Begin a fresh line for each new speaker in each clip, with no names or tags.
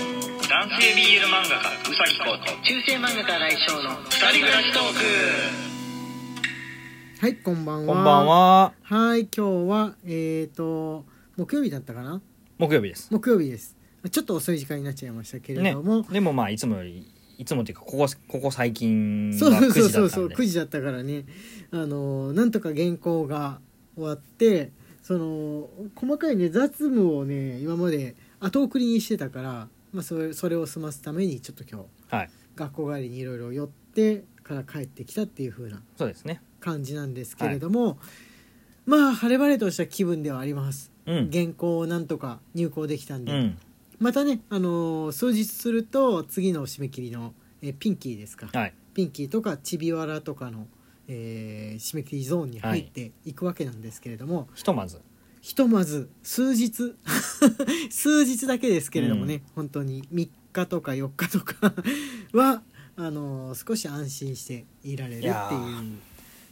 男性 BL 漫画家うさぎこと
中世漫画家来翔の
二人暮らしトーク
はいこんばんは
こんばんは。
はい今日はえっ、と木曜日だったかな
木曜日です。
木曜日ですちょっと遅い時間になっちゃいましたけれ
ね
ども、。
でもまあいつもよりいつもっていうかここここ最近
そう
は
そう
9
そうそうそ
時だったん
う
で。
9時だったからねあのなんとか原稿が終わってその細かいね雑務をね今まで後送りにしてたから、まあ、それそれを済ますためにちょっと今日
はい。
学校帰りにいろいろ寄ってから帰ってきたっていう風な
そうですね。
感じなんですけれども、まあ晴れ晴れとした気分ではあります、
うん。
原稿をなんとか入稿できたん
う
で、
ん。
またね、あのー数日すると次の締め切りの、えーピンキーですか、
はい。
ピンキーとかちびわらとかの、えー締め切りゾーンに入っていくわけなんですけれども、
ひとまず。
ひとまず数日 数日だけですけれどもね、
うん
本当に3日とか4日とか はあのー少し安心していられるっ
い
ていう
やー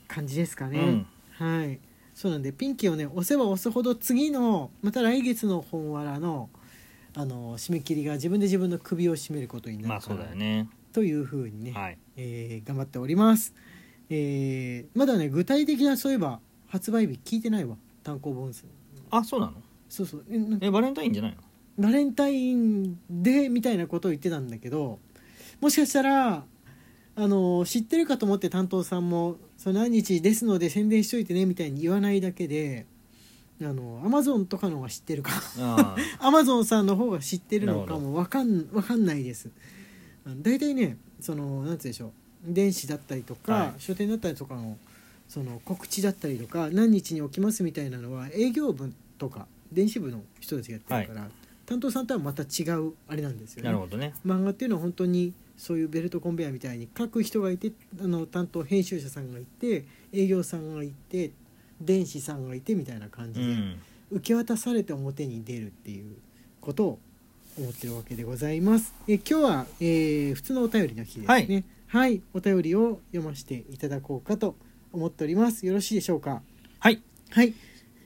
感じですか
う
ね。
ん。
はい、そうなんでピンキーをね押せば押すほど次のまた来月の本わらのあの締め切りが自分で自分の首を絞めることにな
まあ
るか
そう
ら、
だよね。
というふうにね、
はい。
えー頑張っております、えーまだね具体的なそういえば発売日聞いてないわ単行本数
あそうなの？
そうそうえなんか
えバレンタインじゃないの？
バレンタインでみたいなことを言ってたんだけどもしかしたらあの知ってるかと思って担当さんも「その何日ですので宣伝しといてね」みたいに言わないだけであのアマゾンとかの方が知ってるか
あー
アマゾンさんの方が知ってるの
なる
か
ほど
もわかんわかんないですあの大体ねそのなんつうでしょう電子だったりとか、
はい
書店だったりとかのその告知だったりとか何日に起きますみたいなのは営業部とか電子部の人たちがやってるから、担当さんとはまた違うあれなん ですよね
なるほどね。
漫画っていうのは本当にそういうベルトコンベヤーみたいに書く人がいてあの担当編集者さんがいて営業さんがいて電子さんがいてみたいな感
う
じで、
ん。
受け渡されて表に出るっていうことを思ってるわけでございます。え今日は、えー普通のお便りの日ですね。はい、お便りを読ませていただこうかと思っております。よろしいでしょうか。
はい。
はい。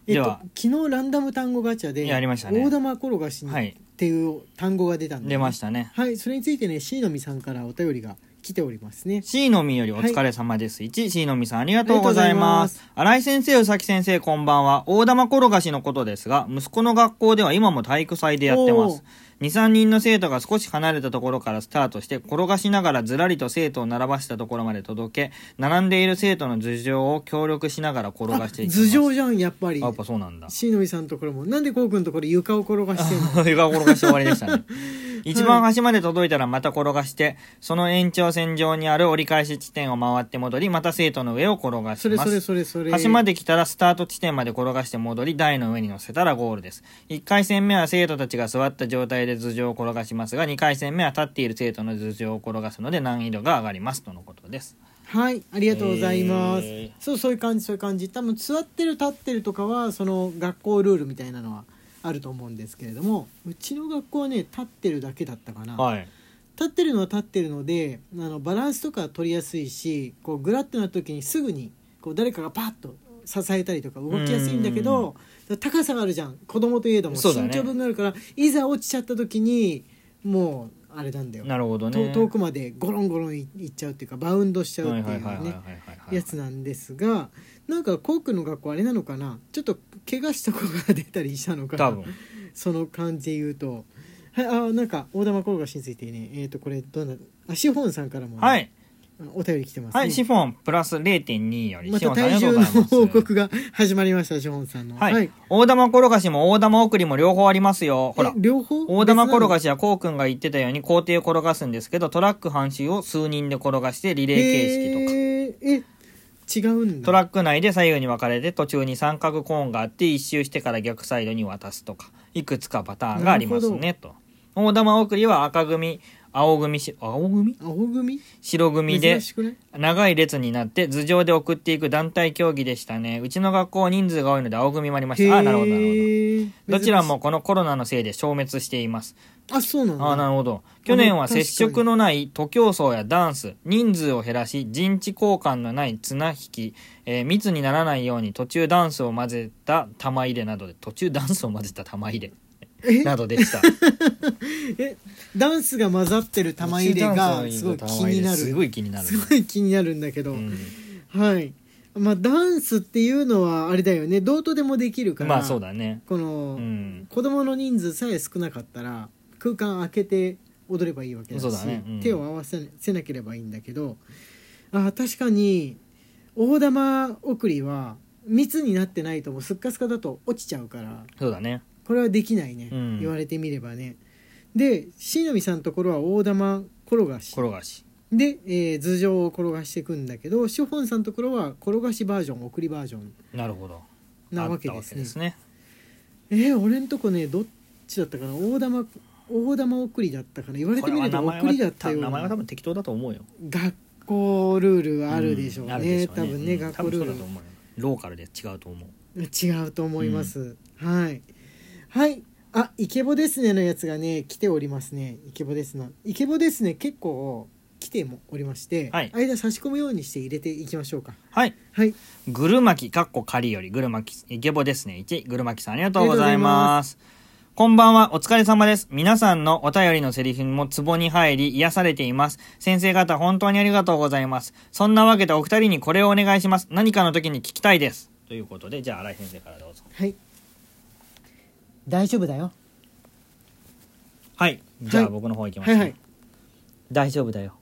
えっ
で
と
は
昨日ランダム単語ガチャで
やりましたね
大玉転がしに、
はい
っていう単語が出たんで、
出ましたね。
はい、それについてね、椎のみさんからお便りが来ておりますね。
C のみよりお疲れ様です。1、C のみさんありがとうございます。新井先生、宇崎先生、こんばんは。大玉転がしのことですが、息子の学校では今も体育祭でやってま
おー
す。2、3人の生徒が少し離れたところからスタートして、転がしながらずらりと生徒を並ばしたところまで届け、並んでいる生徒の頭上を協力しながら転がしていきます。
頭上じゃん、やっぱり
あ。やっぱそうなんだ。
椎のみさんのところも、なんでこうくんところ床を転がして んの
床を転がして終わりでした ね。一番端まで届いたらまた転がして、その延長線上にある折り返し地点を回って戻り、また生徒の上を転がし
それ
ま
それ
す。
それそれ。
端まで来たらスタート地点まで転がして戻り、台の上に乗せたらゴールです。1回戦目は生徒たちが座った状態で頭上を転がしますが、2回戦目は立っている生徒の頭上を転がすので難易度が上がります。とのことです。
はい、ありがとうございます。
えー
そうそういう感じそういう感じ。多分座ってる立ってるとかはその学校ルールみたいなのはあると思うんですけれども、うちの学校はね立ってるだけだったかな。
はい。
立ってるのは立ってるので、あのバランスとかは取りやすいし、こうグラッとなった時にすぐにこう誰かがパッと支えたりとか動きやすいんだけど、高さがあるじゃん。子供といえども
そうだ
身
ね
長分があるから、いざ落ちちゃった時にもうあれなんだよ。
なるほどね。
と遠くまでゴロンゴロンいいっちゃうっていうかバウンドしちゃう
はい
って
はいいはいうはい
ね
はいはいはい。
やつなんですがなんかコークの学校あれなのかなちょっと怪我した子が出たりしたのかな
多分。
その感じで言うとはいあなんか大玉転がしについてねえっ、とこれどんなあシフォンさんからもね、
はい。
お便り来てますね、
はい、シフォンプラス0.2より、
ま
シフ
た
ォンさんあり
体重
がとうご
の
ざいます
報告が始まりましたシフォンさんの
はい、大玉転がしも大玉送りも両方ありますよ。ほら
え。両方
大玉転が
し
しはこうくんが言ってたように校庭を転がすんですけど、トラック半周を数人で転がしてリレー形式と
え
か。
違うんだ
トラック内で左右に分かれて途中に三角コーンがあって一周してから逆サイドに渡すとか、いくつかパターンがあります
な
ね、と。大玉送りは赤組、青組し、青組
青組
白組で
珍、しくない
長い列になって頭上で送っていく団体競技でしたね。うちの学校は人数が多いので青組もありました。あ、なるほど、なるほど。
ほ
どちらもこのコロナのせいで消滅しています。
あそうなんだ
ああ、なるほど。去年
うん
は
確かに
接触のない徒競走やダンス、人数を減らし、陣地交換のない綱引き、えー密にならないように途中ダンスを混ぜた玉入れなどで、途中ダンスを混ぜた玉入れ。
え
などでした。
えダンスが混ざってる 玉入れがすごい気になる
すごい気になる。
すごい気になるんだけど、
うん
はいまあダンスっていうのはあれだよねどうとでもできるから、
まあそうだね。
この、
うん
子供の人数さえ少なかったら空間空けて踊ればいいわけだし
そうだねうん
手を合わせせなければいいんだけどあ確かに大玉送りは密になってないともうすっかすかだと落ちちゃうから
そうだね。
これはできないね、
うん
言われてみればねで椎名さんのところは大玉転がし
転がし。
で、えー頭上を転がしていくんだけどショホンさんのところは転がしバージョン送りバージョン
なるほど。
なわけです
あったわけで
ね
すね。
えー、俺んとこねどっちだったかな大玉大玉送りだったかな言われてみると
これは名前は
送りだったよう
名前は
な
多分適当だと思うよ。
学校ルールあるでしょう
ある
ね,、
しょ
多分ね、
うん
学校ルー
多分そうだと思うよローカルで違うと思う。
ル違うと思います、はいはいあイケボですねのやつがね来ておりますねイケボですなイケボですね結構来てもおりまして、
はい
間差し込むようにして入れていきましょうか
はい。
はい
ぐるまき、かっこ仮より、ぐるまき、イケボですね。1、ぐるまきさんありがとうございます。こんばんは、お疲れ様です。皆さんのお便りのセリフもツボに入り、癒されています。先生方、本当にありがとうございます。そんなわけでお二人にこれをお願いします。何かの時に聞きたいです。ということで、じゃあ、荒井先生からどうぞ。
はい大丈夫だよ
はい。じゃあ、
はい
僕の方行きます、
はい
ね
はい
大丈夫だよ。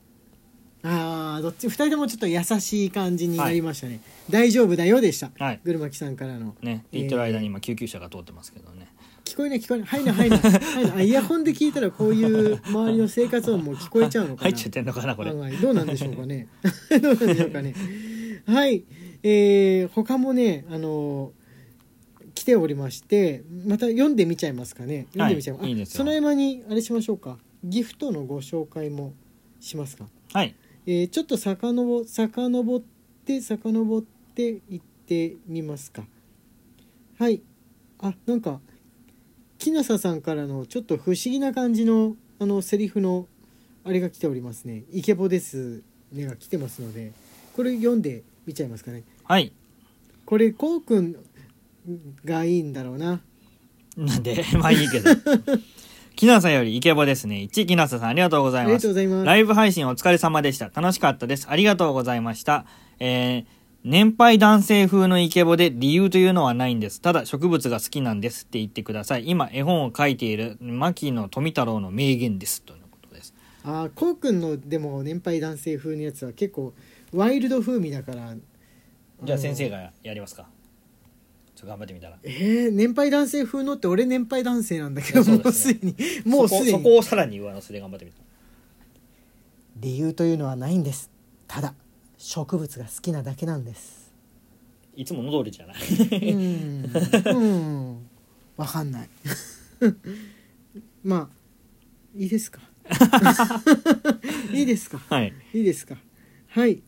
あーどっち2人ともちょっと優しい感じになりましたね、大丈夫だよでした、
はい
ぐるまきさんからの
ね。って言ってる間に今、救急車が通ってますけどね。
聞こえない聞こえないはいなはいなはい なあイヤホンで聞いたらこういう周りの生活音も聞こえちゃうのかな
入っちゃってんのかな、これ。
はいはいどうなんでしょうかね どうなんでしょうかねはいえー、他もねあのー来ておりましてまた読んでみちゃいますかね読んでみちゃいます、
は
あ
いいいです
そ
よ
の合間にあれしましょうかギフトのご紹介もしますか
はい。
えーちょっと遡遡って遡って行ってみますかはいあなんか木下さんからのちょっと不思議な感じのあのセリフのあれが来ておりますね「イケボですね」が来てますのでこれ読んでみちゃいますかね
はい。
これこうくんがいいんだろうな
なんで まあいいけど。きなさよりイケボですね。1、きなささんありがとうござ
あ
い
り
ま
がとう
す。
ございます
ライブ配信お疲れ様でした。楽しかったです。ありがとうございました。えー、年配男性風のイケボで理由というのはないんです。ただ植物が好きなんですって言ってください。今絵本を書いている牧野富太郎の名言です。とのことです。
ああこうくんのでも年配男性風のやつは結構ワイルド風味だから
じゃあ
の
先生がやりますか。ちょっと頑張ってみたら。
えー、年配男性風のって俺年配男性なんだけど、
いやそう
もう
です
す
ね
でにもうすで
そこそこ
に
をさらに上乗せで頑張ってみた。
理由というのはないんですただ植物が好きなだけなんです
いつもの通りじ ゃない。
うーんうんわかんない まあいいですか いいですか
はい。
いいですかはい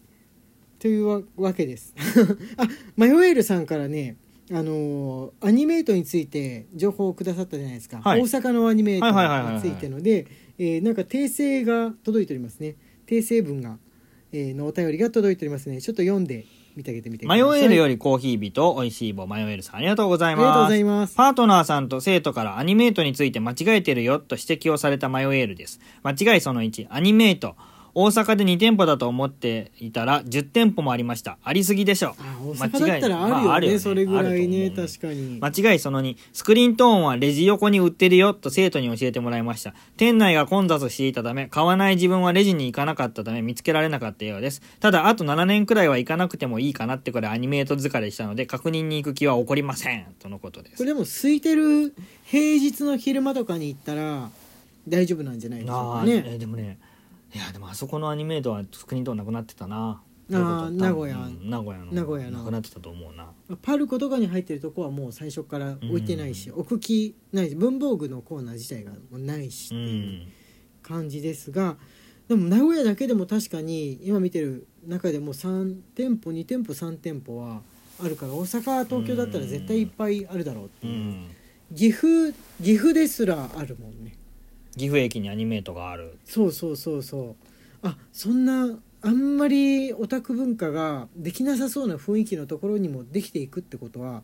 というわわけです あマヨエールさんからねあのーアニメートについて情報をくださったじゃないですか、
はい
大阪のアニメート
はいはいはいはいは
につ
い
いてのでえーなんか訂正が届いておりますね訂正文が、えーのお便りが届いておりますねちょっと読んでみてあげてみてくだ
マ
さい
ヨエールよ
り
りコーヒー日と美味しい棒マヨエールさんありがとうござ
あ
い
りがとう
ま
ござ
す
います
パートナーさんと生徒からアニメートについて間違えてるよと指摘をされたマヨエールです間違いその1アニメート大阪で2店舗だと思っていたら10店舗もありましたありすぎでしょ
あ大阪だったらあるよね,、
ま
それぐらい
あ
ね
ると思う
確かに、
間違いその2スクリーントーンはレジ横に売ってるよと生徒に教えてもらいました店内が混雑していたため買わない自分はレジに行かなかったため見つけられなかったようですただあと7年くらいは行かなくてもいいかなってくらいアニメート疲れしたので確認に行く気は起こりませんとのことで
こ
す
れでも空いてる平日の昼間とかに行ったら大丈夫なんじゃないでしょう
あ
か
あ、
ね
えーでもねいやでもあそこのアニメートはスクリーントーンなくなってたな
あー
どういうこと
名古屋
うん名古屋の
名古屋の
なくなってたと思うな
パルコとかに入ってるとこはもう最初から置いてないし、置く気ないし文房具のコーナー自体がもうないしって
う
いうん感じですが、でも名古屋だけでも確かに今見てる中でも3店舗2店舗3店舗はあるから大阪東京だったら絶対いっぱいあるだろうって
う
いう、
ん
岐阜岐阜ですらあるもんね
岐阜駅にアニメートがある
そうそうそうそうあそんなあんまりオタク文化ができなさそうな雰囲気のところにもできていくってことは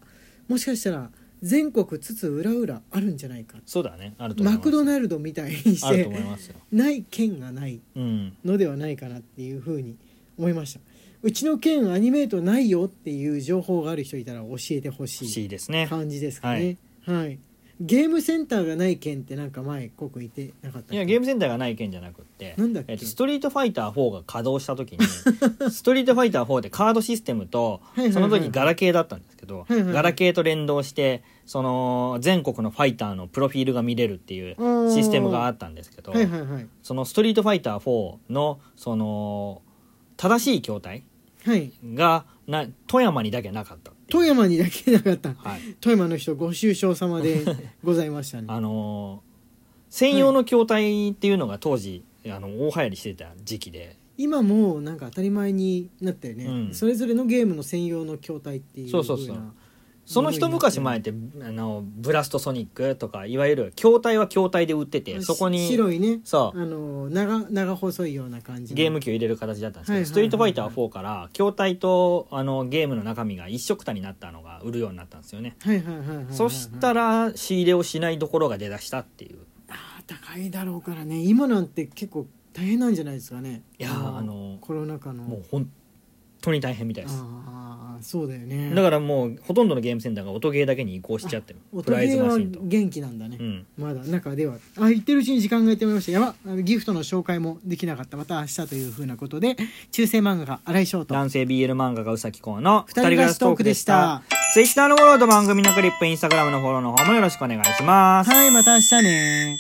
もしかしたら全国津々浦々あるんじゃないか
そうだねあると思い
マ
ま
ク
す
ドナルドみたいにし
あると思
て
いますよ
ない県がない
うん
のではないかなっていうふうに思いましたうちの県アニメートないよっていう情報がある人いたら教えてほ
欲し
し
い
い
ですね
感じですかねはい、ゲームセンターがない県ってなんか前ここいてなかったっ
い
け
やゲームセンターがない件じゃなくって
なんだっけ
えっと、ストリートファイター4が稼働した時に ストリートファイター4ってカードシステムと
はいはいはい
その時ガラケーだったんですけど、
はいはい
ガラケーと連動してその全国のファイターのプロフィールが見れるっていうシステムがあったんですけど、
はいはいはい
そのストリートファイター4のその正しい筐体
はい
がな富山にだけなかったっていう
富山にだけなかった
はい、
富山の人ご愁傷様で ございましたね
あのー専用の筐体っていうのが当時、あの大流行りしてた時期で
今もうなんか当たり前になったよね、
うん
それぞれのゲームの専用の筐体っていう
そうそうそう
風な
その一昔前ってあのブラストソニックとかいわゆる筐体は筐体で売っててそこ
し
に
白いね
そ
あ
う
の長長細いような感じの
ゲーム機を入れる形だったんですけど、
はいはいはいはい
ストリートファイター4から筐体とあのゲームの中身が一緒くたになったのが売るようになったんですよね、
はいはいはいはいはいはい
そしたら仕入れをしないところが出だしたっていう
あー高いだろうからね今なんて結構大変なんじゃないですかね
いやーあの
コロナ禍の
もう本当に大変みたいです
ああそうだよね
だからもうほとんどのゲームセンターが音ゲーだけに移行しちゃってる
お
プライズ
互い
マ
は
シンと、
元気なんだね、
うん、
まだ中ではあ言ってるうちに時間がやってまいりましたやばあのギフトの紹介もできなかったまた明日というふうなことで中世漫画家新井翔と
男性 BL 漫画がうさきこうの
二人暮らしトークでした
ツイッターのフォローと番組のクリップインスタグラムのフォローの方もよろしくお願いします
はいまた明日ね